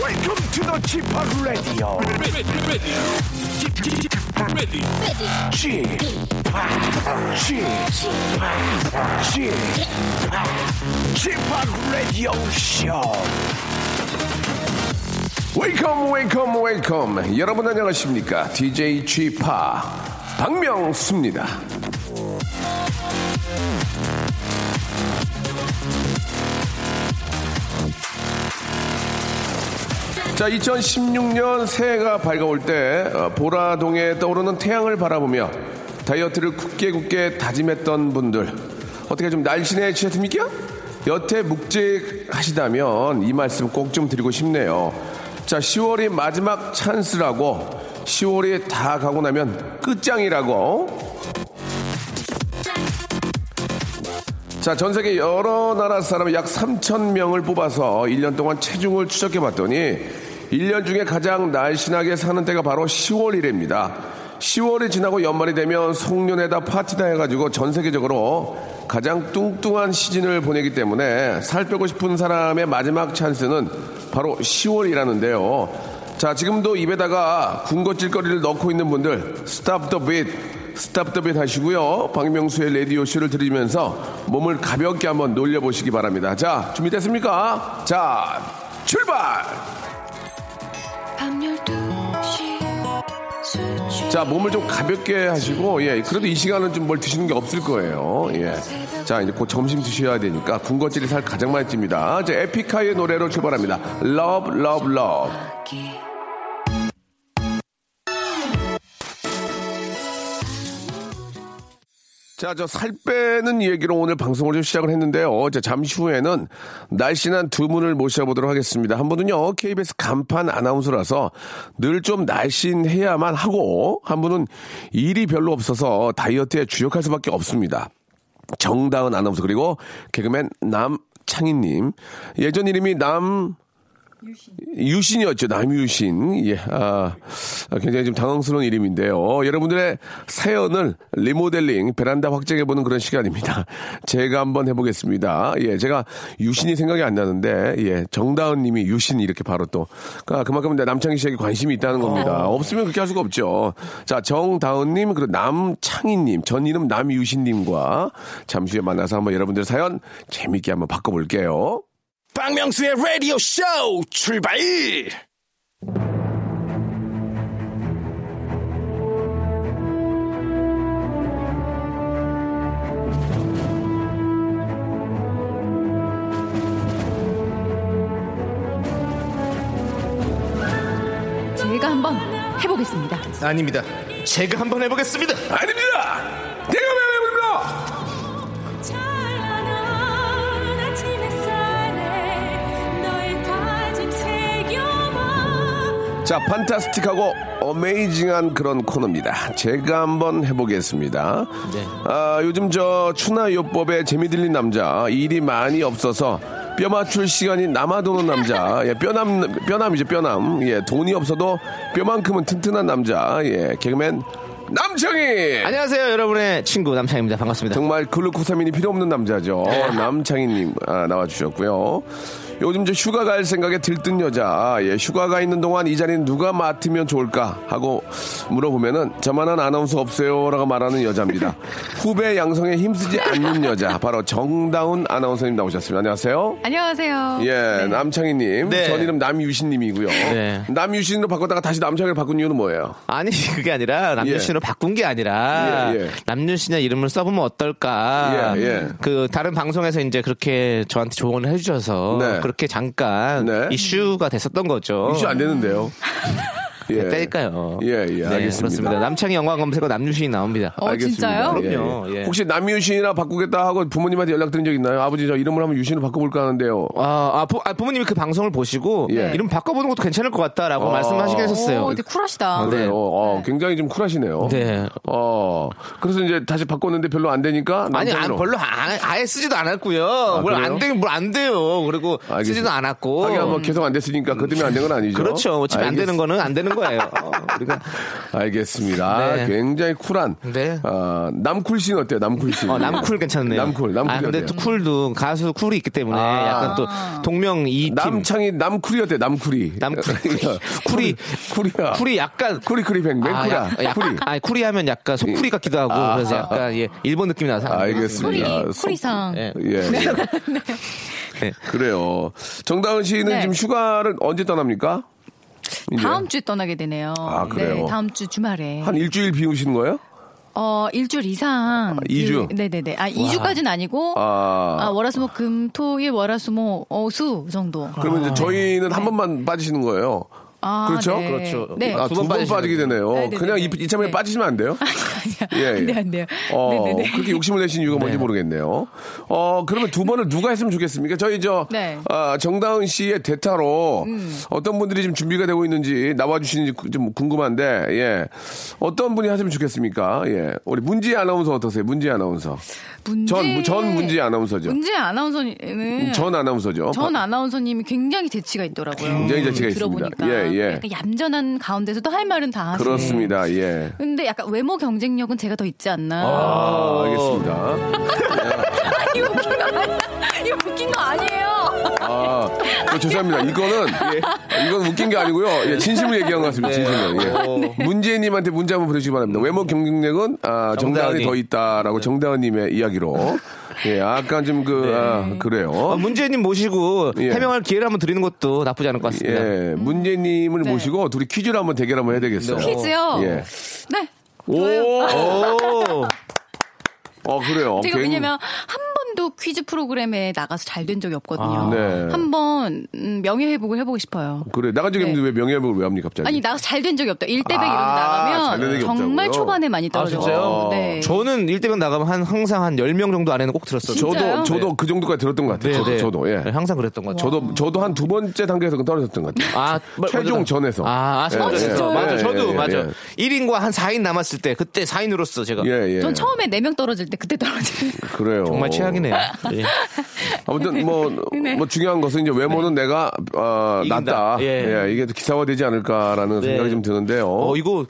Welcome to the Chip Radio. Chip Chip Chip Radio Show. 웨이컴 웨이컴 웨이컴 여러분 안녕하십니까 DJ g 파 박명수입니다 자 2016년 새해가 밝아올 때 어, 보라동에 떠오르는 태양을 바라보며 다이어트를 굳게 굳게 다짐했던 분들 어떻게 좀 날씬해지셨습니까? 여태 묵직하시다면 이 말씀 꼭 좀 드리고 싶네요 자 10월이 마지막 찬스라고 10월이 다 가고 나면 끝장이라고 자, 전 세계 여러 나라 사람 약 3천 명을 뽑아서 1년 동안 체중을 추적해 봤더니 1년 중에 가장 날씬하게 사는 때가 바로 10월이랍니다. 10월이 지나고 연말이 되면 송년회다 파티다 해가지고 전 세계적으로 가장 뚱뚱한 시즌을 보내기 때문에 살 빼고 싶은 사람의 마지막 찬스는 바로 10월이라는데요. 자, 지금도 입에다가 군것질거리를 넣고 있는 분들, 스탑 더 빛, 스탑더빗 하시고요. 박명수의 라디오 쇼를 들으면서 몸을 가볍게 한번 놀려보시기 바랍니다. 자, 준비됐습니까? 자, 출발! 밤 12시 수출 자, 몸을 좀 가볍게 하시고, 예, 그래도 이 시간은 좀 뭘 드시는 게 없을 거예요. 예. 자, 이제 곧 점심 드셔야 되니까 군것질이 살 가장 많이 찝니다. 이제 에픽하이의 노래로 출발합니다. 러브, 러브, 러브. 기 자, 저 살 빼는 얘기로 오늘 방송을 좀 시작을 했는데요. 어제 잠시 후에는 날씬한 두 분을 모셔보도록 하겠습니다. 한 분은요, KBS 간판 아나운서라서 늘 좀 날씬해야만 하고, 한 분은 일이 별로 없어서 다이어트에 주력할 수밖에 없습니다. 정다은 아나운서, 그리고 개그맨 남창희님. 예전 이름이 남, 유신이었죠. 남유신. 예, 아, 굉장히 좀 당황스러운 이름인데요. 여러분들의 사연을 리모델링, 베란다 확장해보는 그런 시간입니다. 제가 한번 해보겠습니다. 예, 제가 유신이 생각이 안 나는데, 예, 정다은 님이 유신 이렇게 바로 또. 그만큼 남창희 씨에게 관심이 있다는 겁니다. 없으면 그렇게 할 수가 없죠. 자, 정다은 님, 그리고 남창희 님, 전 이름 남유신 님과 잠시 후에 만나서 한번 여러분들 사연 재밌게 한번 바꿔볼게요. 박명수의 Radio Show 출발. 제가 한번 해보겠습니다. 아닙니다. 제가 한번 해보겠습니다. 아닙니다! 내가 왜 부릅니까? 찬란한 아침 햇살에 너의 다짐 새겨봐 자, 판타스틱하고 어메이징한 그런 코너입니다. 제가 한번 해보겠습니다. 아, 요즘 저 추나요법에 재미 들린 남자, 일이 많이 없어서 뼈 맞출 시간이 남아도는 남자, 예, 뼈남, 뼈남이죠, 뼈남. 예, 돈이 없어도 뼈만큼은 튼튼한 남자, 예, 개그맨 남청이! 안녕하세요, 여러분의 친구 남창입니다. 반갑습니다. 정말 글루코사민이 필요 없는 남자죠. 네. 남창희님 아, 나와주셨고요. 요즘 저 휴가 갈 생각에 들뜬 여자. 아, 예, 휴가가 있는 동안 이 자리는 누가 맡으면 좋을까 하고 물어보면은 저만한 아나운서 없어요라고 말하는 여자입니다. 후배 양성에 힘쓰지 않는 여자. 바로 정다운 아나운서님 나오셨습니다. 안녕하세요. 안녕하세요. 예, 남창희님. 아, 네. 전 이름 남유신님이고요. 네. 남유신으로 바꿨다가 다시 남창희를 바꾼 이유는 뭐예요? 아니, 그게 아니라, 예. 남윤씨로 바꾼 게 아니라, 예, 예. 남윤씨냐 이름을 써보면 어떨까. 예, 예. 그, 다른 방송에서 이제 그렇게 저한테 조언을 해주셔서, 네. 그렇게 잠깐 네. 이슈가 됐었던 거죠. 음. 네, 이슈 안 되는데요. 예. 때릴까요? 예, 예, 네, 알겠습니다. 그렇습니다. 남창희 영화 검색어 남유신이 나옵니다. 어, 진짜요? 예, 예. 그럼요, 예. 혹시 남유신이라 바꾸겠다 하고 부모님한테 연락드린 적 있나요? 아버지 저 이름을 한번 유신으로 바꿔볼까 하는데요. 아, 아, 부, 모님이그 방송을 보시고 예. 어. 이름 바꿔보는 것도 괜찮을 것 같다라고 말씀하시긴 오, 했었어요. 되게 쿨하시다. 아, 네. 그래요. 어, 굉장히 좀 쿨하시네요. 네. 어, 그래서 이제 다시 바꿨는데 별로 안 되니까. 아니, 안, 남편으로. 별로 안- 아예 쓰지도 않았고요. 뭘 그래요? 안 되면 뭘 안 돼요. 그리고 알겠습니다. 쓰지도 않았고. 하긴 뭐 계속 안 됐으니까 그 때문에 안 된 건 아니죠. 그렇죠. 뭐 집에 안 알겠- 되는 거는 안 되는 거예요. 어, 우리가 알겠습니다. 네. 굉장히 쿨한. 네. 어, 남쿨 씬 어때요? 남쿨 씬. 어, 남쿨 괜찮네요. 음. 남쿨, 남쿨이 아, 근데 어때요? 또 쿨도 가수 쿨이 있기 때문에 아. 약간 또 동명 이팀 남창이 남쿨이 어때? 남쿨이. 남쿨 쿨이 쿨이야. 쿨이 약간 쿠리쿠리 뱅뱅 아, 쿠라. 약- 약- 쿠리. 아니, 쿨이 하면 약간 소쿠리 같기도 하고 그래서 약간 예, 일본 느낌이 나서 쿨이, 예. 아. 알겠습니다. 쿨이상. 예. 아, 예. 네. 그래요. 정다은 씨는 네. 지금 휴가를 언제 떠납니까? 이제 다음 주에 떠나게 되네요. 아, 그래요? 네, 다음 주 주말에. 한 일주일 비우시는 거예요? 어, 일주일 이상. 이 주? 네, 네, 네. 아, 2주까지는 아니고 아. 아, 월화수목 금토일 월화수목 어수 정도. 그러면 이제 저희는 한 번만 빠지시는 거예요. 네. 아, 아, 그렇죠? 네. 그렇죠. 네. 아, 두 두 번 번 빠지게 빠지시는 되네요. 네, 네, 그냥 네, 이, 네. 이참에 네. 빠지면 안 돼요? 아니야. 안 돼, 안 돼요. 예, 어, 네네네. 그렇게 욕심을 내신 이유가 뭔지 네. 모르겠네요. 어, 그러면 두 번을 누가 했으면 좋겠습니까? 저희 저, 네. 음. 아, 정다은 씨의 대타로 어떤 분들이 지금 준비가 되고 있는지 나와주시는지 구- 좀 궁금한데, 예. 어떤 분이 하시면 좋겠습니까? 예. 우리 문지 아나운서 어떠세요? 문지 아나운서. 문제... 전- 전 문제 아나운서죠. 음, 문제 아나운서는 전 아나운서죠. 전 아나운서님이 굉장히 대치가 있더라고요. 어, 뭐. 굉장히 재치가 있습니다. 들어보니까 예, 예. 약간 얌전한 가운데서도 할 말은 다 하시네. 그렇습니다. 예. 근데 약간 외모 경쟁력은 제가 더 있지 않나. 아, 알겠습니다. 아니 웃긴 거 아니야. 이거 웃긴 거 아니에요. 아, 저 죄송합니다. 이거는 이건 웃긴 게 아니고요. 예, 진심을 얘기한 것 네. 같습니다. 어. 진심을. 예. 문재인님한테 문자 한번 보내주시기 바랍니다. 외모 경쟁력은 아, 정다은이 정다은이. 더 네. 있다라고 정다은님의 이야기로. 예, 약간 좀 그 아, 그래요. 어, 문재인님 모시고 예. 해명할 기회를 한번 드리는 것도 나쁘지 않을 것 같습니다. 예, 문재인님을 네. 모시고 둘이 퀴즈를 한번 대결 한번 해야 되겠어요. 퀴즈요. 예. 네. 오, 오. 어 그래요. 제가 굉- 왜냐면 한 번도 퀴즈 프로그램에 나가서 잘 된 적이 없거든요. 아, 네. 한번 음, 명예 회복을 해보고 싶어요. 그래 나간 적이 없는데 왜 명예회복을 왜 합니까 갑자기? 네. 아니 나가서 잘 된 적이 없다. 1대100 이런 거 아, 잘된 나가면 적이 정말 없다고요? 초반에 많이 떨어져요. 아, 진짜요? 네. 저는 1대면 나가면 한, 항상 한 10명 정도 안에는 꼭 들었어요. 저도 진짜요? 저도 그 정도까지 들었던 것 같아요. 네, 저도, 네. 저도 예. 네, 항상 그랬던 것 같아요. 저도 저도 한 두 번째 단계에서 떨어졌던 것 같아요. 아, 말- 최종 먼저- 전에서. 아, 아, 최종 예, 전에서. 예, 맞아. 예, 저도 예, 맞아. 예. 1인과 한 4인 남았을 때 그때 4인으로서 제가 예, 예. 전 처음에 4명 떨어질 때 그때 떨어지는 그래요. 네. 정말 최악이네요. 예. 어? 아무튼 뭐, 네. 뭐 중요한 것은 이제 외모는 내가 어, 네. 이긴다. 낫다. 예. 예, 이게 기사화되지 않을까라는 네. 생각이 좀 드는데요. 어, 이거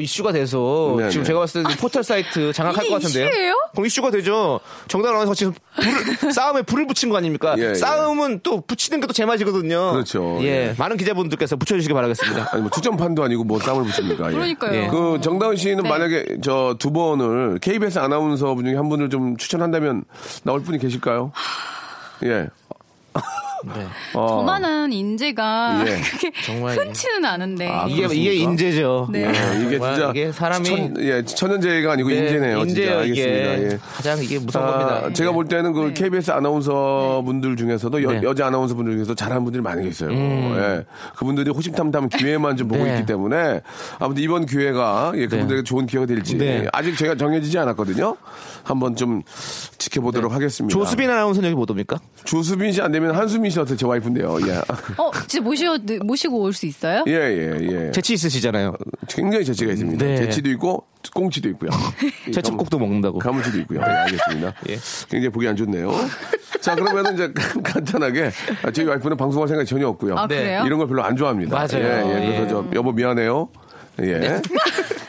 이슈가 돼서 네, 지금 네. 제가 봤을 때 포털 사이트 장악할 이게 것 같은데요. 이슈예요? 그럼 이슈가 되죠. 정당 아나운서 지금 불을, 싸움에 불을 붙인 거 아닙니까? 예, 예. 싸움은 또 붙이는 게 또 제맛이거든요. 그렇죠. 예. 예. 많은 기자분들께서 붙여주시기 바라겠습니다. 아니 뭐 추천판도 아니고 뭐 땀을 붙입니까? 예. 그러니까요. 예. 그 정다은 씨는 네. 만약에 저 두 번을 KBS 아나운서 분 중에 한 분을 좀 추천한다면 나올 분이 계실까요? 예. 네. 어, 저만한 인재가 예. 그렇게 정말. 예. 아, 그 흔치는 않은데 이게, 이게 인재죠. 네. 예, 이게 정말 진짜 이게 사람이- 천, 예, 천연재해가 아니고 인재네요. 진짜 인재예요, 알겠습니다. 이게. 예. 가장 이게 무서운 아, 겁니다. 예. 제가 볼 때는 그 KBS 아나운서 분들 중에서도 여, 네. 음. 여자 아나운서 분들 중에서 잘하는 분들이 많이 계세요. 예. 그분들이 호심탐탐 기회만 좀 보고 네. 있기 때문에 아무튼 이번 기회가 예, 그분들에게 좋은 기회가 될지 네. 아직 제가 정해지지 않았거든요. 한번 좀 지켜보도록 하겠습니다. 네. 조수빈 아나운서는 여기 못 옵니까? 조수빈 씨 안 되면 한수민 씨 어때? 제 와이프인데요. 예. 어 진짜 모시고 모시고 올 수 있어요? 예, 예, 예. 재치 있으시잖아요. 굉장히 재치가 있습니다. 네. 재치도 있고 꽁치도 있고요. 예, 재첩국도 먹는다고. 예. 가무치도 있고요. 네, 알겠습니다. 굉장히 보기 안 좋네요. 자, 그러면 이제 간단하게 아, 저희 와이프는 방송할 생각이 전혀 없고요. 아, 그래요? 이런 걸 별로 안 좋아합니다. 네. 맞아요. 예, 예. 그래서 예. 네. 저 여보 미안해요. 예.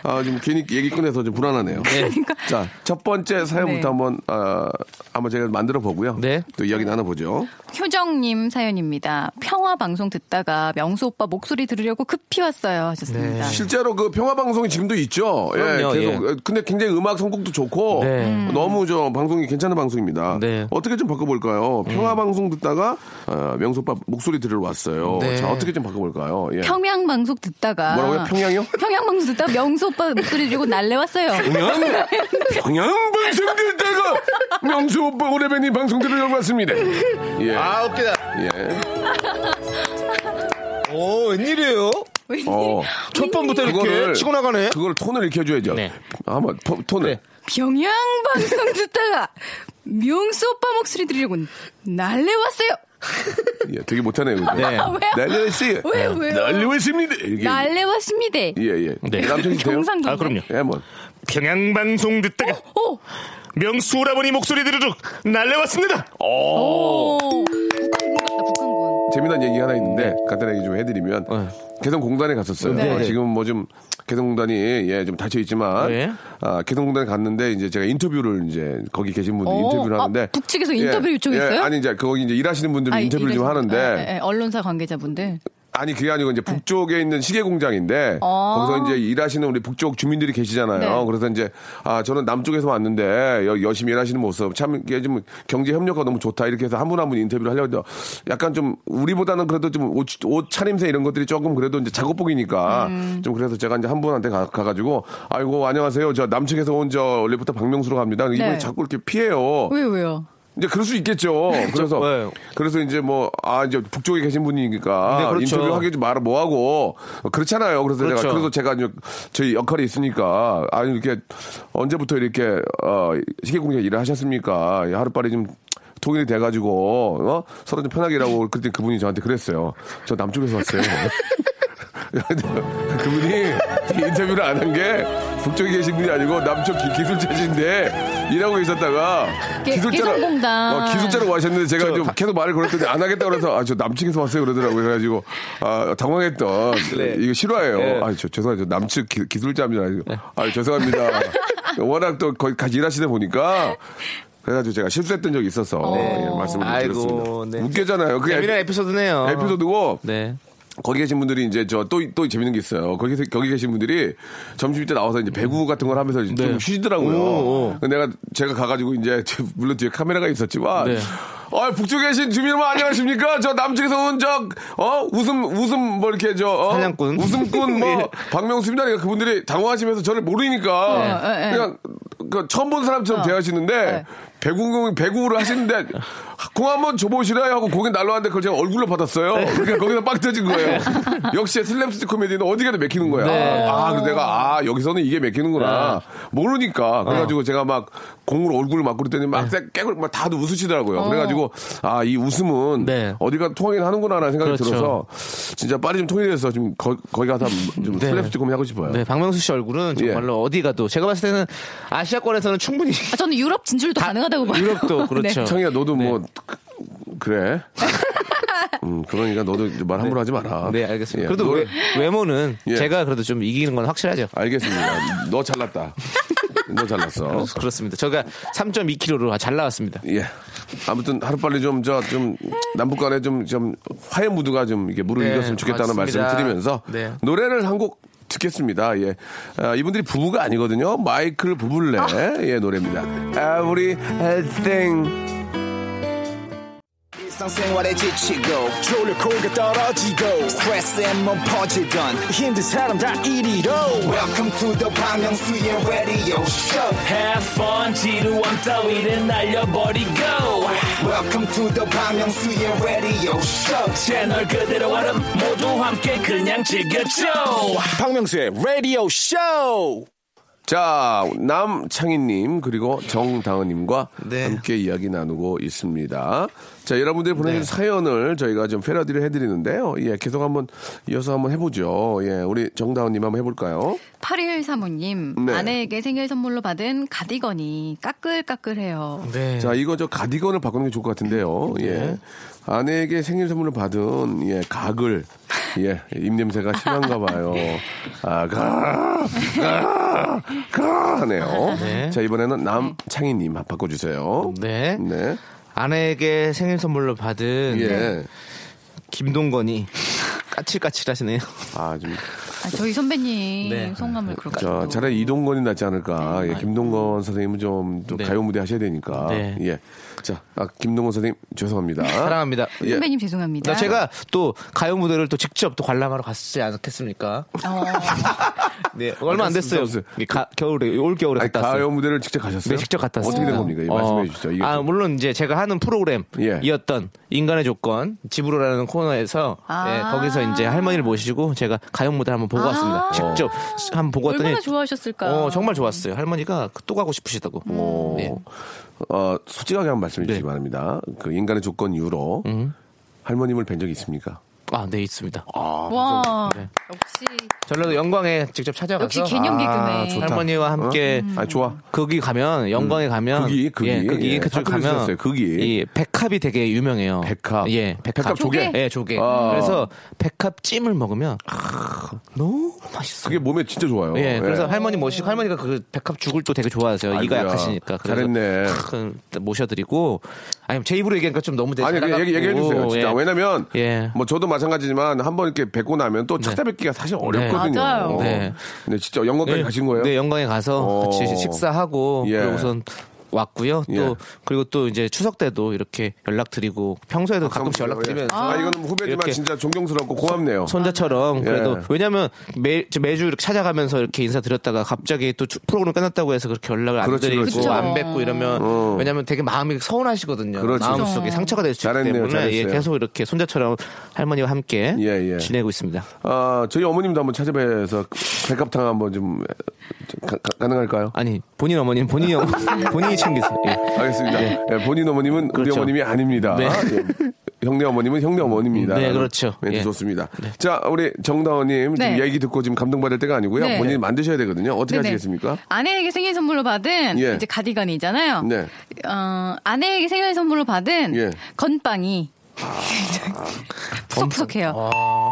아, 지금 괜히 얘기 꺼내서 좀 불안하네요. 자, 첫 번째 사연부터 한번 그러니까. 네. 아, 한번 제가 만들어 보고요. 네. 또 이야기 나눠 보죠. 효정님 사연입니다. 평화 방송 듣다가 명수 오빠 목소리 들으려고 급히 왔어요 하셨습니다. 네. 실제로 그 평화 방송이 지금도 있죠. 그럼요, 예, 계속. 근데 굉장히 음악 선곡도 좋고 네. 음. 너무 저 방송이 괜찮은 방송입니다. 네. 음. 어떻게 좀 바꿔볼까요? 평화 방송 듣다가 어, 명소 오빠 목소리 들으러 왔어요. 네. 자 어떻게 좀 바꿔볼까요? 예. 평양 방송 듣다가 뭐라고요? 평양이요? 평양 방송 듣다가 명수 오빠 목소리 들고 날래 왔어요. 평양 평양 방송 듣다가 명수 오빠 오래배님 방송 들으러 왔습니다. 예. 아. 웃기다. 예. 오, 웬일이에요? 웬일이야. 어. 첫 번부터 이렇게 그거를- 치고 나가네. 네. 그걸 톤을 익혀줘야죠. 네. 한번 포- 톤을. 경향방송 듣다가 명수 오빠 목소리 들으려고 날래왔어요. 예, 되게 못하네요. 그죠? 네. 아, 왜요? 날려왔어요. 왜, 왜요? 날려왔습니다. 이게. 날래왔습니다. 예, 예. 네. 남편이 돼요? 경상도. 아, 그럼요. 예, 뭐. 평양 방송 듣다가 오, 명수 오라버니 목소리 들으륵 날려왔습니다. 어, 오. 어. 북한군 같다, 북한군. 재미난 얘기 하나 네. 있는데 간단하게 좀 해드리면 개성공단에 갔었어요. 네. 어, 지금 뭐 좀 개성공단이 예 좀 닫혀 있지만 네. 아, 개성공단에 갔는데 이제 제가 인터뷰를 이제 거기 계신 분들 어, 인터뷰를 아, 하는데 예. 북측에서 인터뷰 요청했어요? 아니 이제 거기 이제 일하시는 분들 아, 인터뷰를 좀 이래서- 하는데 예, 예, 언론사 관계자분들. 아니 그게 아니고 네. 이제 북쪽에 있는 시계 공장인데 어. 거기서 이제 일하시는 우리 북쪽 주민들이 계시잖아요. 네. 그래서 이제 아 저는 남쪽에서 왔는데 여- 열심히 일하시는 모습 참 이게 좀 경제 협력가 너무 좋다 이렇게 해서 한 분 한 분 인터뷰를 하려고 해도 약간 좀 우리보다는 그래도 좀 옷 차림새 이런 것들이 조금 그래도 이제 작업복이니까 음. 좀 그래서 제가 이제 한 분한테 가, 가지고 아이고 안녕하세요 저 남측에서 온 저 리포터 박명수로 갑니다. 이분이 네. 자꾸 이렇게 피해요. 왜요, 왜요? 이제 그럴 수 있겠죠. 그래서 네. 그래서 이제 뭐 아 이제 북쪽에 계신 분이니까 네, 그렇죠. 인터뷰 하기 좀 말을 뭐 하고 그렇잖아요. 그래서 제가 그렇죠. 그래서 제가 이제 저희 역할이 있으니까 아니 이렇게 언제부터 이렇게 어 시계공장 일을 하셨습니까? 하루빨리 좀 통일이 돼가지고 어? 서로 좀 편하게 일하고 그때 그분이 저한테 그랬어요. 저 남쪽에서 왔어요. 그분이 인터뷰를 안 한 게 북쪽에 계신 분이 아니고 남쪽 기, 기술자신데 일하고 계셨다가 개- 개성공단. 어, 기술자로 와셨는데 제가 좀 계속 말을 걸었더니 안 하겠다 그래서 아 저 남측에서 왔어요 그러더라고요 그래가지고 아 당황했던 네. 이거 실화예요 아 저 죄송해요 저 남측 기, 기술자입니다 네. 아 죄송합니다 워낙 또 거기 같이 일하시다 보니까 그래가지고 제가 실수했던 적이 있어서 예, 말씀을 좀 아이고, 드렸습니다 네. 웃겨잖아요 그게 재미난 에피소드네요. 에피소드고 네. 거기 계신 분들이 이제 저 또 또 재밌는 게 있어요. 거기 거기 계신 분들이 점심 때 나와서 이제 배구 같은 걸 하면서 이제 좀 쉬시더라고요. 네. 오, 근데 내가 제가 가가지고 이제 물론 뒤에 카메라가 있었지만. 네. 아, 북쪽에 계신 주민 여러분 안녕하십니까? 저 남쪽에서 온 저, 어, 웃음, 웃음, 뭐 이렇게 저, 어, 사냥꾼. 웃음꾼, 뭐, 예. 박명수입니다. 그러니까 그분들이 당황하시면서 저를 모르니까. 예, 네. 어, 네. 그냥, 그 처음 본 어. 사람처럼 대하시는데, 배구, 배구를 하시는데, 공 한번 줘보시라요 하고 공이 날라왔는데 그걸 제가 얼굴로 받았어요. 예. 그러니까 거기서 빵 터진 거예요. 역시 슬랩스틱 코미디는 어디 가도 맥히는 거야. 네. 아, 그래서 내가, 아, 여기서는 이게 맥히는구나. 예. 모르니까. 어. 그래가지고 제가 막 공으로 얼굴을 막 그랬더니 예. 막 깨고 막 다들 웃으시더라고요. 그래가지고, 아, 이 웃음은 어. 네. 어디가 통하긴 하는구나라는 생각이 그렇죠. 들어서 진짜 빨리 좀 통일해서 좀 거, 거기 가서 한번 좀 네. 슬랩스틱 코미디 하고 싶어요. 네, 박명수 씨 얼굴은 정말로 어디 가도 제가 봤을 때는 아시아권에서는 충분히 아, 저는 유럽 진출도 가능하다고 봐요. 유럽도 네. 그렇죠. 창희야 너도 뭐 그래. 음, 그러니까 너도 이제 말 함부로 하지 마라. 네, 알겠습니다. 예, 그래도 너- 외, 외모는 예. 제가 그래도 좀 이기는 건 확실하죠. 알겠습니다. 너 잘났다. 너 잘났어. 그렇습니다. 저가 3.2kg로 잘 나왔습니다. 예. 아무튼 하루빨리 좀 저 좀 남북 간에 좀 좀 화해 무드가 좀 이게 물을 네, 익었으면 좋겠다는 맞습니다. 말씀을 드리면서 네. 노래를 한 곡 듣겠습니다. 예. 아, 이분들이 부부가 아니거든요. 마이클 부블레 의 노래입니다. 아, Everything. 일상생활에 지치고, 졸려 코가 떨어지고, 스트레스에 몸 퍼지던, 힘든 사람 다 이리로. welcome to the Bang Myung-soo's radio show Have fun 지루한 따위를 날려버리고 welcome to the Bang Myung-soo's radio show 채널 그대로 얼음 모두 함께 그냥 즐겨줘 박명수의 라디오 쇼. 자, 남창희님, 그리고 정다은님과 네. 함께 이야기 나누고 있습니다. 자, 여러분들이 보내준 사연을 저희가 좀 패러디를 해드리는데요. 예, 계속 한번 이어서 한번 해보죠. 예, 우리 정다은님 한번 해볼까요? 8일 사모님 네. 아내에게 생일 선물로 받은 가디건이 까끌까끌해요. 네. 자, 이거 저 가디건을 바꾸는 게 좋을 것 같은데요. 예. 아내에게 생일 선물로 받은, 예, 각을. 예, 입냄새가 심한가 봐요. 아, 가, 가, 가 하네요. 네. 자, 이번에는 남창희님 바꿔주세요. 네. 네. 아내에게 생일 선물로 받은 예. 김동건이 까칠까칠하시네요. 아, 좀. 아, 저희 선배님 네. 성함을 그렇게 자, 또. 차라리 이동건이 낫지 않을까. 예, 김동건 선생님은 좀, 또 네. 가요 무대 하셔야 되니까. 네. 예. 자, 아, 김동건 선생님 죄송합니다. 사랑합니다. 예. 선배님 죄송합니다. 나 제가 또 가요 무대를 또 직접 또 관람하러 갔지 않겠습니까? 어, 네, 얼마 안 됐어요. 됐어요. 이 가, 겨울에 올 겨울에 아니, 갔다 왔어요. 가요 무대를 직접 가셨어요? 네, 직접 갔다 왔어요. 어떻게 된 겁니까? 이거 어, 말씀해 주시죠. 이게 아, 좀- 물론 이제 제가 하는 예. 프로그램이었던 인간의 조건 집으로라는 코너에서 아. 예, 거기서 이제 할머니를 모시고 제가 가요 무대를 한번 보고 아. 왔습니다. 직접 한번 보고 왔더니 얼마나 좋아하셨을까. 어, 정말 좋았어요. 할머니가 또 가고 싶으시다고. 네. 어, 솔직하게 한번 말씀해 주시기 네. 음. 바랍니다. 그 인간의 조건 이후로 할머님을 뵌 적이 있습니까? 아, 네, 있습니다. 아, 네. 와 역시 전라도 영광에 직접 찾아가서 역시 개념 개그맨. 좋다. 할머니와 함께 아, 좋아. 거기 가면 영광에 가면 거기, 거기. 예, 거기 예, 그쪽 사투리 가면 쓰셨어요, 거기. 이 백합이 되게 유명해요. 백합. 예, 백합, 백합 조개? 예, 조개. 아. 그래서 백합 찜을 먹으면 아, 너무 맛있어. 그게 몸에 진짜 좋아요. 예, 그래서 예. 할머니 모시고 할머니가 그 백합 죽을 또 되게 좋아하세요. 이가 아이고야. 약하시니까. 그래서 잘했네. 큰 모셔드리고 아니면 제 입으로 얘기하니까 좀 너무 되게 아니, 그냥 잘나갔고. 얘기, 얘기해 주세요. 진짜. 예. 왜냐면, 예. 뭐, 저도 마찬가지지만, 한번 이렇게 뵙고 나면 또 찾아뵙기가 사실 어렵거든요. 맞아요. 어. 네. 근데 진짜 영광까지 네, 가신 거예요? 네, 영광에 가서 어. 같이 식사하고 예. 그러고선 왔고요. 또 예. 그리고 또 이제 추석 때도 이렇게 연락드리고 평소에도 가끔씩 연락드리면서 아, 이거는 후배지만 이렇게 진짜 존경스럽고 고맙네요. 손자처럼 그래도 예. 왜냐하면 매, 저 매주 이렇게 찾아가면서 이렇게 인사드렸다가 갑자기 또 추- 프로그램 끝났다고 해서 그렇게 연락을 안 그렇지, 드리고 그렇지. 안 뵙고 이러면 어. 왜냐하면 되게 마음이 서운하시거든요. 그렇지. 마음속에 상처가 될 수 있기 잘했네요, 때문에 예, 잘했어요. 계속 이렇게 손자처럼 할머니와 함께 예, 예. 지내고 있습니다. 아, 저희 어머님도 한번 찾아뵈서 백합탕 한번 좀 가, 능할까요 아니 본인 어머니는 본인이 어머- 본인이 챙기세요. 예. 알겠습니다. 예, 본인 어머님은 우리 그렇죠. 어머님이 아닙니다. 네. 예, 형네 어머님은 형네 어머님입니다. 네, 그렇죠. 멘트 예. 좋습니다. 자, 우리 정다원님 네. 지금 얘기 듣고 지금 감동받을 때가 아니고요. 네. 본인이 만드셔야 되거든요. 어떻게 네네. 하시겠습니까? 아내에게 생일 선물로 받은 예. 이제 가디건이잖아요. 네. 어, 아내에게 생일 선물로 받은 예. 아. 건빵이 푸석푸석해요. 아,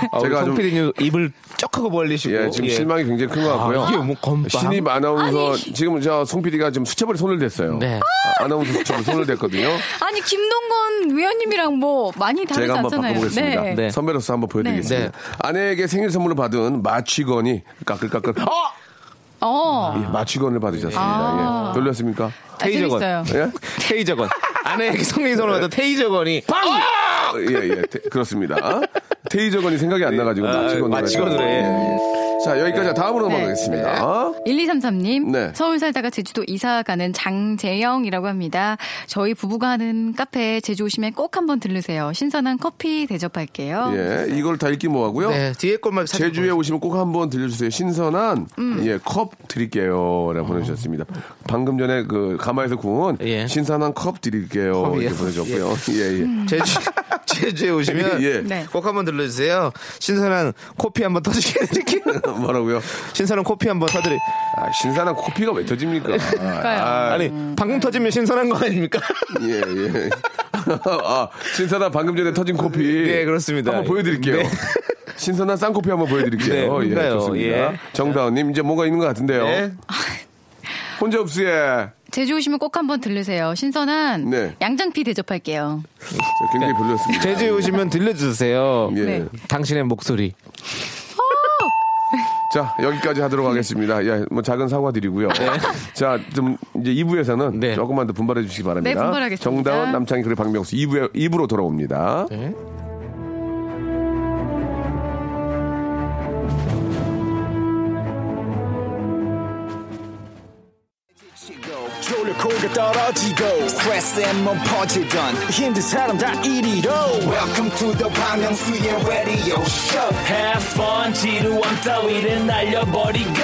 제가 제가 좀- 송 PD님 입을 쩍 하고 벌리시고 예, 지금 실망이 굉장히 큰 것 같고요. 어, 아, 이게 뭐 건빵? 신입 아나운서 지금 저송 PD가 지금 수첩을 손을 댔어요. 네. 아, 나운서 수첩을 손을 댔거든요. 아니 김동건 위원님이랑 뭐 많이 다르지 제가 한번 않잖아요. 바꿔보겠습니다. 음. 네. 선배로서 한번 보여드리겠습니다. 네. 네. 아내에게 생일 선물로 받은 마취건이 까끌까끌 아! 어, 예, 마취건을 받으셨습니다. 아. 예. 놀랐습니까? 아, 재밌어요. 예? 네. 테이저건 아내에게 성리선을 받은 테이저건이 어, 예, 예. 테- 그렇습니다. 테이저건이 생각이 안 나가지고 마취건으로. 마취건으로 해. 자, 여기까지 다음으로 네. 넘어가겠습니다. 1233님, 네. 서울 살다가 제주도 이사 가는 장재영이라고 합니다. 저희 부부가 하는 카페 제주 오시면 꼭 한번 들르세요. 신선한 커피 대접할게요. 예, 이걸 다 읽기 뭐하고요. 네 뒤에 것만 살짝 제주에 오시면 꼭 한번 들려주세요. 신선한 예, 컵 드릴게요. 라고 보내주셨습니다. 방금 전에 그 가마에서 구운 예. 신선한 컵 드릴게요. 컵이요? 이렇게 보내주셨고요. 예, 예. 제주 제주에 오시면 예. 네. 꼭 한번 들러주세요. 신선한 코피 한번 터지게 해드릴게요. 뭐라고요? 신선한 코피 한번 터드리. 아, 신선한 코피가 왜 터집니까? 아, 아니 방금 터지면 신선한 거 아닙니까? 예, 예. 아, 신선한 방금 전에 터진 코피. 네, 그렇습니다. 한번 보여드릴게요. 네. 신선한 쌍코피 한번 네, 보여드릴게요. 예, 그러니까요. 좋습니다. 예. 정다운님, 이제 뭔가 있는 것 같은데요. 네. 혼자 없으에 제주 오시면 꼭 한번 들르세요. 신선한 네. 양장피 대접할게요. 굉장히 별로였습니다. 네. 제주에 오시면 들려주세요. 예. 네. 아, 당신의 목소리. 자 여기까지 하도록 하겠습니다. 야, 뭐 작은 사과 드리고요. 자, 좀 이제 2부에서는 네. 조금만 더 분발해 주시기 바랍니다. 네, 분발하겠습니다. 정다운 남창희 그리고 박명수 2부에 2부로 돌아옵니다. 네. 졸려 코가 떨어지고 스트레스에 몸 퍼지던 힘든 사람 다 이리로 Welcome to the 박명수의 radio show Have fun 지루함 따위를 날려버리고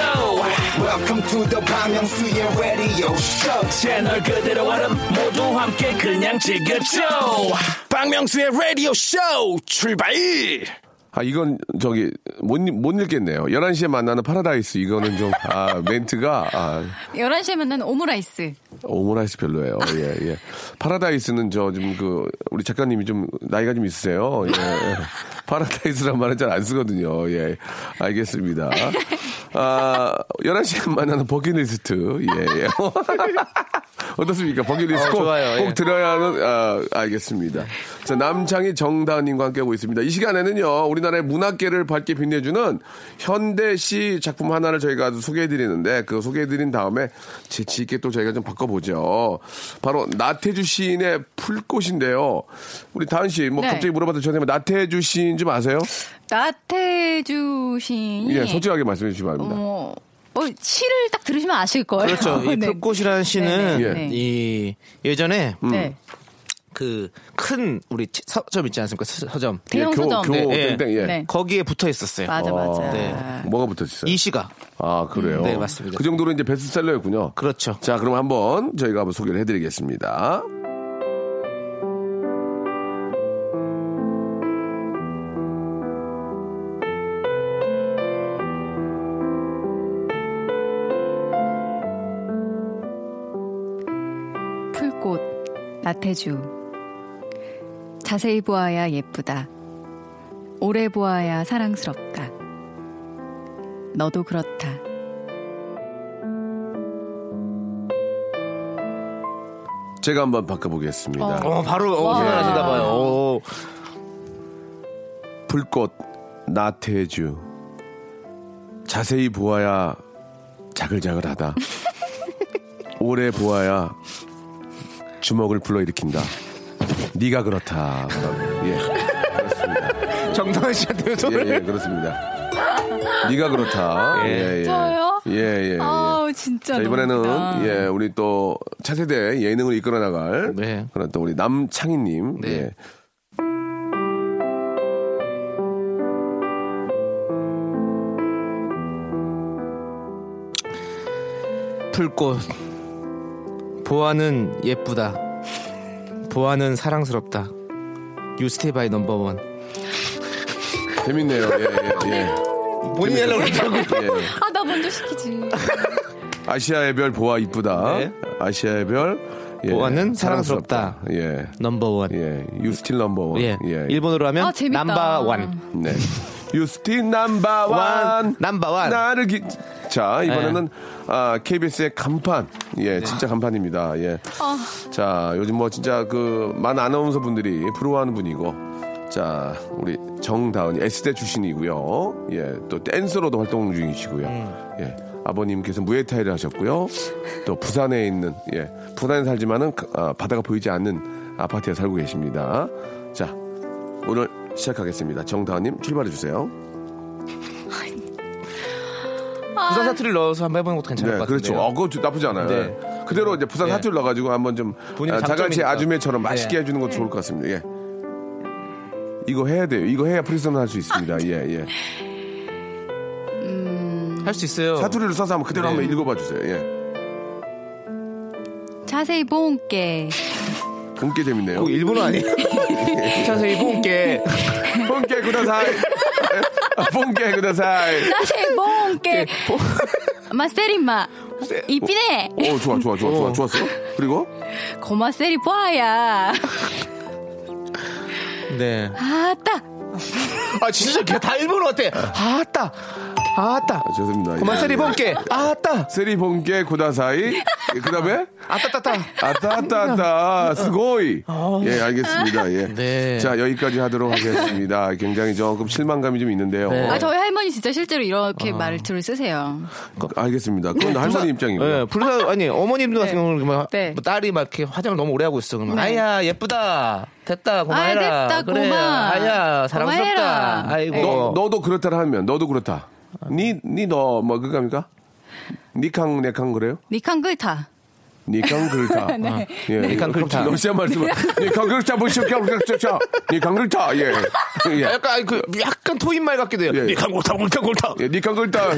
Welcome to the 박명수의 radio show 채널 그대로 얼음 모두 함께 그냥 즐겨줘 박명수의 라디오 쇼 출발 아 이건 저기 못, 읽- 못 읽겠네요. 11시에 만나는 파라다이스 이거는 좀 아, 멘트가 아, 11시에 만난 오므라이스. 오므라이스 별로예요. 예, 예. 파라다이스는 저 지금 그 우리 작가님이 좀 나이가 좀 있으세요. 예. 파라다이스란 말은 잘 안 쓰거든요. 예. 알겠습니다. 아, 11시에 만나는 버킷리스트. 예, 예. 어떻습니까? 버킷리스트 어, 꼭, 좋아요, 예. 꼭 들어야 하는, 아, 알겠습니다. 자, 남창희 정다은님과 함께하고 있습니다. 이 시간에는요, 우리나라의 문학계를 밝게 빛내주는 현대시 작품 하나를 저희가 아주 소개해드리는데, 그 소개해드린 다음에 재치있게 또 저희가 좀 바꿔보죠. 바로 나태주 시인의 풀꽃인데요. 우리 다은 씨, 뭐 네. 갑자기 물어봐도 죄송하지만 나태주 시인 좀 아세요? 나태주 시인이 예, 솔직하게 말씀해 주시기 바랍니다. 어, 어, 시를 딱 들으시면 아실 거예요. 그렇죠. 이 네. 불꽃이라는 시는 네, 예. 네, 네. 이 예전에 음. 네. 그 큰 우리 치- 서점 있지 않습니까? 서- 서점. 대형 예, 교, 서점. 교, 네, 땡땡, 예. 네. 거기에 붙어 있었어요. 맞아 맞아. 네. 뭐가 붙어있어요? 이 시가 아, 그래요? 네, 맞습니다. 그 정도로 이제 베스트셀러였군요. 그렇죠. 자, 그럼 한번 저희가 한번 소개를 해드리겠습니다. 풀꽃 나태주 자세히 보아야 예쁘다 오래 보아야 사랑스럽다 너도 그렇다 제가 한번 바꿔보겠습니다. 어, 바로 어, 생각하시나 봐요. 어, 불꽃 나태주 자세히 보아야 자글자글하다. 오래 보아야 주먹을 불러일으킨다. 네가 그렇다. 예, 그렇습니다. 정다은 씨한테 손을 예, 예, 그렇습니다. 네가 그렇다. 예, 예. 저요? 예, 예. 예. 아우 진짜 자, 너무 웃기다. 이번에는 예, 우리 또 차세대 예능을 이끌어 나갈 네. 그런 또 우리 남창희 님. 네. 예. 풀꽃 보아는 예쁘다 보아는 사랑스럽다 유스테이 바이 넘버원 재밌네요. 예, 예, 예. 본인이 하려고 했다고 예. 아 나 먼저 시키지 아시아의 별 보아 이쁘다. 네. 아시아의 별 예. 보아는 사랑스럽다. 예. 넘버원 예, 예. 유스틴 넘버원. 일본어로 하면 아, 재밌다. 넘버원 예. 네. 유스틴 넘버원. 넘버원 나를 기... 자 이번에는 아, KBS의 간판 예 진짜 간판입니다 예. 자 요즘 뭐 진짜 그 만 아나운서 분들이 부러워하는 분이고 자 우리 정다은이 S대 출신이고요 예또 댄서로도 활동 중이시고요 예 아버님께서 무에타이를 하셨고요 또 부산에 있는 예 부산에 살지만은 가- 아, 바다가 보이지 않는 아파트에 살고 계십니다 자 오늘 시작하겠습니다 정다은님 출발해 주세요 부산 사투리를 넣어서 한번 해보는 것도 괜찮을 네, 것 그렇죠. 같은데요 어, 그거 좀 나쁘지 않아요. 네. 그대로 이제 부산 네. 사투리 넣어가지고 한번 좀 본인 아, 자갈치 장점이니까. 아주매처럼 맛있게 네. 해주는 것도 좋을 것 같습니다. 예. 이거 해야 돼요. 이거 해야 프리선 할 수 아, 있습니다. 예, 예. 할 수 있어요 사투리를 써서 한번 그대로 네. 한번 읽어봐 주세요. 예. 자세히 보온께 본게 재밌네요. 그거 일본어 아니에요? 자세히 본게 본게 구다사이. 아, 본게 구다사이. 자세히 보온께 마세리마 이쁘네 오, 좋아, 좋아, 좋아, 좋아, 좋았어. 그리고 고마세리 보아야 네. 아따 아 진짜 걔다 일본어 같아 아따 아따 아, 죄송합니다. 예, 고만 세리 예. 본게 아따 세리 본게 구다사이. 예, 그다음에 아따따따 아따따따 스고이 예 알겠습니다 예. 어. 네. 자 여기까지 하도록 하겠습니다 굉장히 조금 실망감이 좀 있는데요 어, 네. 아 저희 할머니 진짜 실제로 아. 이렇게 말투를 쓰세요 아, 알겠습니다 그건 할머니 입장이고 예, 요 불사 아니 어머님도 같은 네. 경우는 막 네. 뭐 딸이 막 이렇게 화장을 너무 오래 하고 있어. 그러면 네. 아야 예쁘다 됐다 고마해라. 아, 됐다, 그래. 고마. 아야 고마해라. 네. 사랑스럽다. 아이고 너, 너도 그렇다 하면 너도 그렇다 아, 네. 니니너뭐 그겁니까 니캉 네캉 그래요 니칸 글타 니캉 그렇다 예, 네. 니캉 그렇다. 네. 러시아 말씀을 니캉 그렇다 뭐시오 니캉 그렇다 예 아, 예. 약간 아니, 그 약간 토인말 같기도 해요. 예. 니 강골탕 골탕 골탕 예, 니캉 그렇다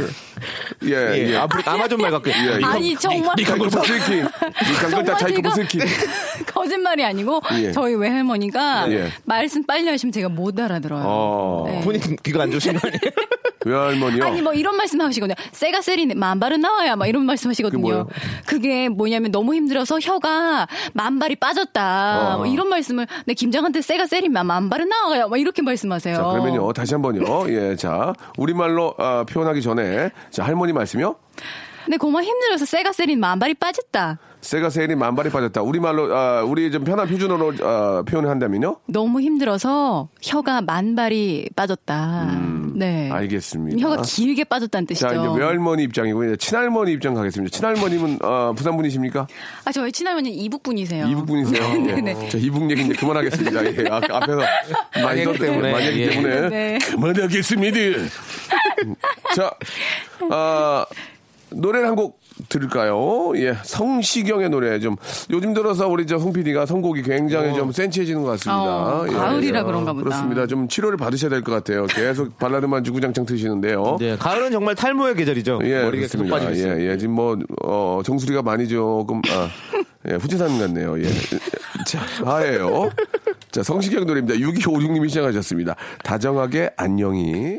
예. 예예 아마존 말 같기도 해요. 예. 아니 정말 니캉 그렇다 슬킹 니캉 그렇다 자기가 무슬킹 거짓말이 아니고 예. 저희 외할머니가 예. 말씀 빨리 하시면 제가 못 알아들어요. 어, 네. 본인 귀가 안 좋으신 거 아니에요? 외할머니요? 아니 뭐 이런 말씀 하시거든요. 세가 세리네 만발은 나와야 막 이런 말씀 그게 하시거든요. 뭐예요? 그게 뭐냐면 너무 힘들어서 혀가 만발이 빠졌다. 어. 뭐 이런 말씀을 내 김장한테 세가 세리면 만발은 나와야 막 이렇게 말씀하세요. 자, 그러면요. 어, 다시 한 번요. 예, 자, 우리말로 아, 표현하기 전에 자, 할머니 말씀이요? 네, 고마 힘들어서 세가 세린 만발이 빠졌다. 세가 세일이 만발이 빠졌다. 우리말로 아, 우리 좀 편한 표준어로 아, 표현을 한다면요? 너무 힘들어서 혀가 만발이 빠졌다. 네. 음, 알겠습니다. 혀가 길게 빠졌다는 뜻이죠. 자, 이제 외할머니 입장이고 이제 친할머니 입장 가겠습니다. 친할머님은 아, 부산 분이십니까? 아, 저희 친할머니 이북 분이세요. 이북 분이세요. 네네네. 예. 자, 이북 얘기 이제 그만하겠습니다. 예. 아, 앞에서 많이 만약 떴 때문에. 만약 예. 때문에 네. 그만하겠습니다. 자, 아, 노래를 한 곡 들을까요? 예, 성시경의 노래 좀 요즘 들어서 우리 저홍 PD가 선곡이 어. 굉장히 좀 센치해지는 것 같습니다. 예. 어, 가을이라 그런가 보다. 그렇습니다. 좀 치료를 받으셔야 될 것 같아요. 계속 발라드만 주구장창 트시는데요. 네, 가을은 정말 탈모의 계절이죠. 예, 어, 머리가 계속 그렇습니다. 빠지고 있어요. 예, 예, 지금 뭐, 어, 정수리가 많이 조금, 아, 예, 후지산 같네요. 예. 자, 하예요. 자, 성시경 노래입니다. 6256님이 시작하셨습니다. 다정하게 안녕히.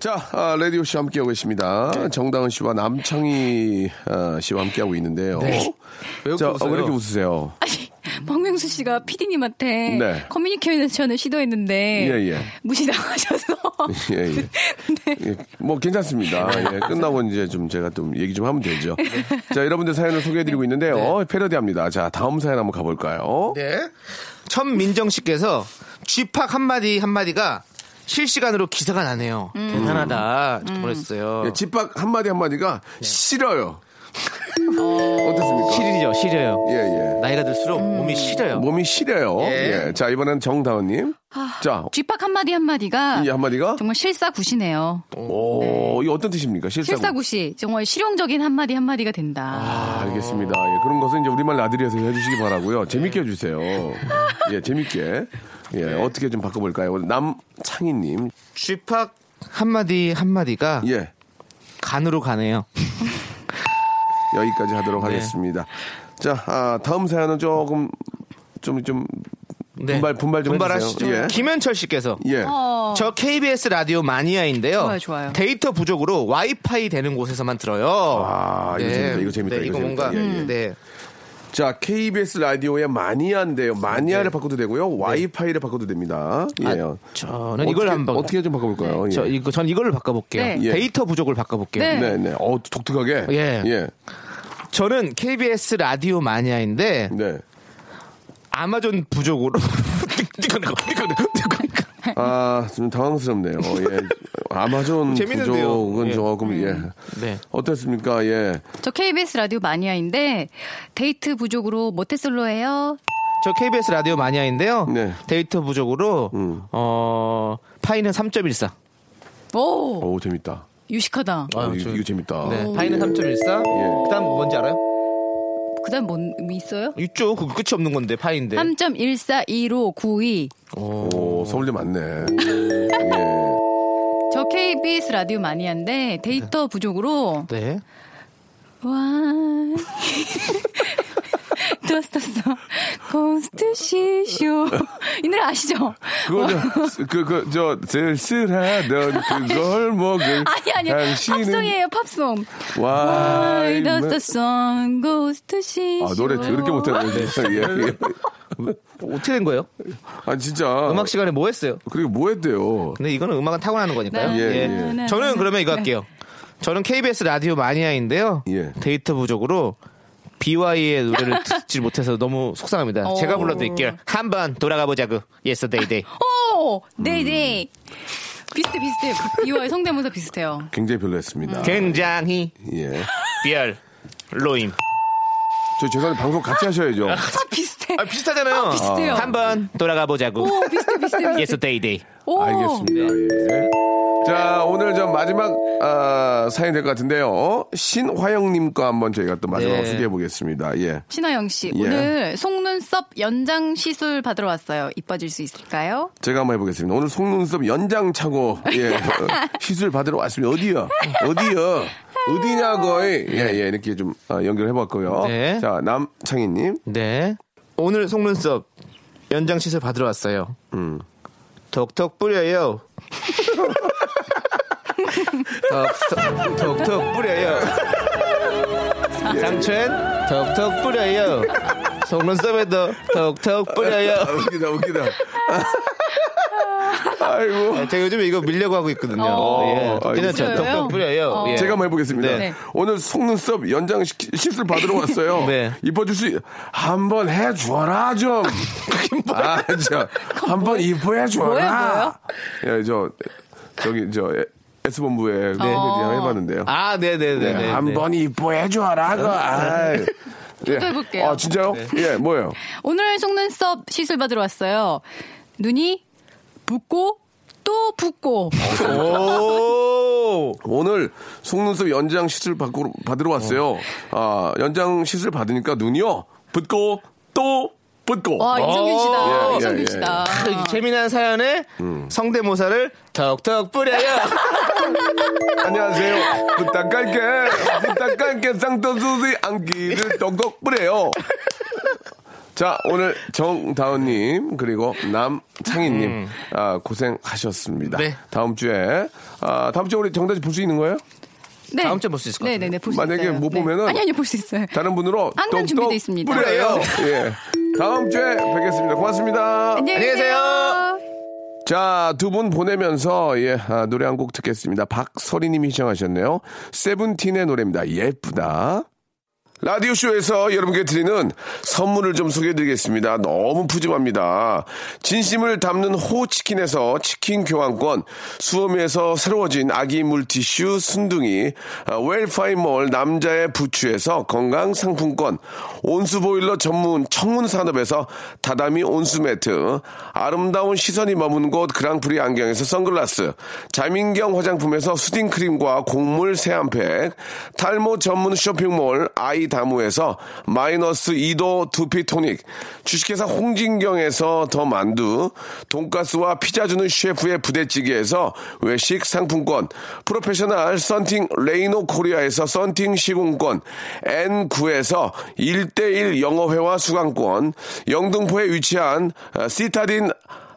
자, 아, 라디오 씨와 함께하고 계십니다. 정다은 씨와 남창희 아, 씨와 함께하고 있는데요. 왜 자, 웃으세요? 어, 왜 이렇게 웃으세요? 아니, 박명수 씨가 피디님한테 네. 커뮤니케이션을 시도했는데 예, 예. 무시당하셔서 네. 예, 예. 예, 뭐 괜찮습니다. 예, 끝나고 이제 좀 제가 좀 얘기 좀 하면 되죠. 자, 여러분들 사연을 소개해드리고 있는데요. 어, 패러디합니다. 자, 다음 사연 한번 가볼까요? 어? 네. 천민정 씨께서 쥐팍 한마디 한마디가 실시간으로 기사가 나네요. 대단하다. 이렇게 보냈어요. 음. 예, 집밖 한마디 한마디가 싫어요. 어떻습니까? 시리죠, 시려요. 예, 예. 나이가 들수록 몸이 시려요. 몸이 시려요. 예. 예. 자, 이번엔 정다은님. 자, 쥐팍 한마디 한마디가 이 한마디가? 정말 실사구시네요. 오, 이 어떤 뜻입니까? 실사구. 실사구시. 정말 실용적인 한마디 한마디가 된다. 아, 알겠습니다. 예, 그런 것은 이제 우리말 나들이에서 해주시기 바라고요. 재밌게 해주세요. 예, 재밌게. 예, 어떻게 좀 바꿔볼까요? 남창희님. 쥐팍 한마디 한마디가 예. 간으로 가네요. 여기까지 네. 하도록 하겠습니다. 자, 아, 다음 사연은 조금 좀, 좀, 네. 분발, 분발 좀 분발하시죠. 해주세요. 예. 김현철 씨께서 예. 어, 저 KBS 라디오 마니아인데요. 좋아요, 좋아요. 데이터 부족으로 와이파이 되는 곳에서만 들어요. 아, 이거 재밌다, 이거 재밌다, 네, 이거 이거, 재밌다. 뭔가 예, 예. 네. 자, KBS 라디오의 마니아인데요. 마니아를 바꿔도 되고요. 와이파이를 바꿔도 됩니다. 예. 네. 아, 저는 어떻게, 이걸 한번 네. 어떻게 좀 바꿔볼까요? 저 예. 이거 전 이걸로 바꿔볼게요. 네. 예. 데이터 부족을 바꿔볼게요. 네. 네, 네. 어, 독특하게. 예. 예. 저는 KBS 라디오 마니아인데 네. 아마존 부족으로 아, 좀 당황스럽네요. 예. 아마존 재밌는데요. 부족은 예. 조금, 예. 음. 네. 어떻습니까? 예. 저 KBS 라디오 마니아인데 데이트 부족으로 모태솔로예요. 저 KBS 라디오 마니아인데요. 네. 음. 데이터 부족으로 어 파이는 3.14. 오, 오, 재밌다. 유식하다. 어. 아유, 어, 이거, 저- 이거 재밌다. 네. 파이는 3.14. 예. 그다음 뭔지 알아요? 그다음 뭔뭐 있어요? 있죠. 그 끝이 없는 건데 네. 파이인데. 3.141592. 오, 서울대 맞네. 예. 저 KBS 라디오 마니아인데 데이터 부족으로 네. 와 떴었어 콘스트시쇼 이 노래 아시죠? 그거 저그그저 쓸쓸하던 그걸 그 먹을 아니 아니 팝송이에요 팝송 와이 Why does the 아 sun goes to sea? 노래 그렇게 네. 못하는데 예, 예. 어떻게 된 거예요? 아 진짜 음악 시간에 뭐 했어요? 그리고 뭐 했대요 근데 이거는 음악은 타고나는 거니까요. 네. 예, 예. 저는 그러면 이거 할게요. 저는 KBS 라디오 마니아인데요. 예. 데이터 부족으로 BY의 노래를 듣지 못해서 너무 속상합니다. 오. 제가 불러드릴게요. 한번 돌아가 보자고. Yesterday Day. 어. 오 네네 비슷해 비슷해요 이와의 성대모사 비슷해요 굉장히 별로였습니다 굉장히 예저 별 로임. 죄송한데 방송 같이 하셔야죠 다 비슷해 아, 비슷하잖아요. 비슷해요. 어. 한번 돌아가 보자고. 오 비슷해 비슷해 Yesterday Day. 오 예, 알겠습니다 예. 자 오늘 저 마지막 아, 사연 될 것 같은데요 어? 신화영님 과 한번 저희가 또 마지막으로 네. 소개해 보겠습니다 예 신화영 씨 예. 오늘 속눈썹 연장 시술 받으러 왔어요. 이뻐질 수 있을까요? 제가 한번 해보겠습니다. 오늘 속눈썹 연장 차고 예, 어, 시술 받으러 왔습니다. 어디요? 어디요? 어디냐고? 예, 예, 이렇게 좀 어, 아, 연결해봤고요. 네. 자, 남창희님. 네. 오늘 속눈썹 연장 시술 받으러 왔어요. 음. 톡톡 뿌려요. 톡톡, 톡톡 뿌려요. 장첸 톡톡 뿌려요. 속눈썹에도 톡톡 뿌려요. 아, 웃기다, 웃기다. 아이고. 아, 제가 요즘에 이거 밀려고 하고 있거든요. 어, 예. 괜찮죠? 알겠어요. 톡톡 뿌려요. 어. 예. 제가 한번 해보겠습니다. 네. 오늘 속눈썹 연장 시- 시술 받으러 왔어요. 네. 이뻐줄 수, 한번 해줘라, 좀. 아, 저, 한번 이뻐해줘라. 예, 저, 저기, 저, S본부에 코미디랑 해봤는데요. 예, 아, 네네네. 네, 네. 한번 이뻐해줘라, 그, 아이. 예. 저도 해볼게요. 아, 진짜요? 예, 뭐예요? 오늘 속눈썹 시술 받으러 왔어요. 눈이 붓고 또 붓고. 오! 오늘 속눈썹 연장 시술 받고, 받으러 왔어요. 아, 연장 시술 받으니까 눈이요. 붓고, 또, 붓고. 어. 와 이성균 예, 씨다. 예, 이성균 예, 씨다. 이그 재미난 사연에 음. 성대모사를 톡톡 뿌려요. 안녕하세요. 부탁할게. 부탁할게. 쌍꺼풀이 안기를 떡떡 뿌려요. 자, 오늘 정다은님, 그리고 남창희님, 아, 고생하셨습니다. 네. 다음 주에, 아, 다음 주에 우리 정다지 볼 수 있는 거예요? 네. 다음 주에 볼수 있을 것 같아요. 네네네 볼수 만약에 있어요. 못 네. 보면은 아니 아니 볼 수 있어요. 다른 분으로 항상 떡떡 준비돼 있습니다. 네. 뿌려요. 예. 다음 주에 뵙겠습니다. 고맙습니다. 안녕히 계세요. 자, 두 분 보내면서 예, 아, 노래 한 곡 듣겠습니다. 박서리 님이 시청하셨네요. 세븐틴의 노래입니다. 예쁘다. 라디오쇼에서 여러분께 드리는 선물을 좀 소개해 드리겠습니다. 너무 푸짐합니다. 진심을 담는 호치킨에서 치킨 교환권, 수험에서 새로워진 아기 물티슈 순둥이, 아, 웰파이몰 남자의 부추에서 건강 상품권, 온수보일러 전문 청문산업에서 다다미 온수매트, 아름다운 시선이 머문 곳 그랑프리 안경에서 선글라스, 자민경 화장품에서 수딩크림과 곡물 세안팩, 탈모 전문 쇼핑몰 아이다무에서 마이너스 2도 두피토닉, 주식회사 홍진경에서 더 만두, 돈가스와 피자 주는 셰프의 부대찌개에서 외식 상품권, 프로페셔널 썬팅 레이노 코리아에서 썬팅 시공권, N9에서 1대1 영어회화 수강권, 영등포에 위치한 아, 시타딘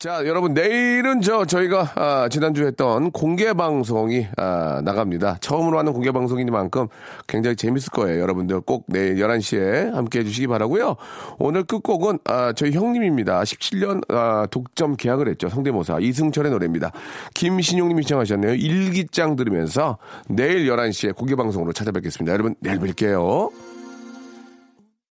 자, 여러분, 내일은 저, 저희가, 아, 지난주에 했던 공개방송이, 아, 나갑니다. 처음으로 하는 공개방송이니만큼 굉장히 재밌을 거예요. 여러분들 꼭 내일 11시에 함께 해주시기 바라고요 오늘 끝곡은, 아, 저희 형님입니다. 17년, 아, 독점 계약을 했죠. 성대모사. 이승철의 노래입니다. 김신용님이 시청하셨네요. 일기장 들으면서 내일 11시에 공개방송으로 찾아뵙겠습니다. 여러분, 내일 뵐게요.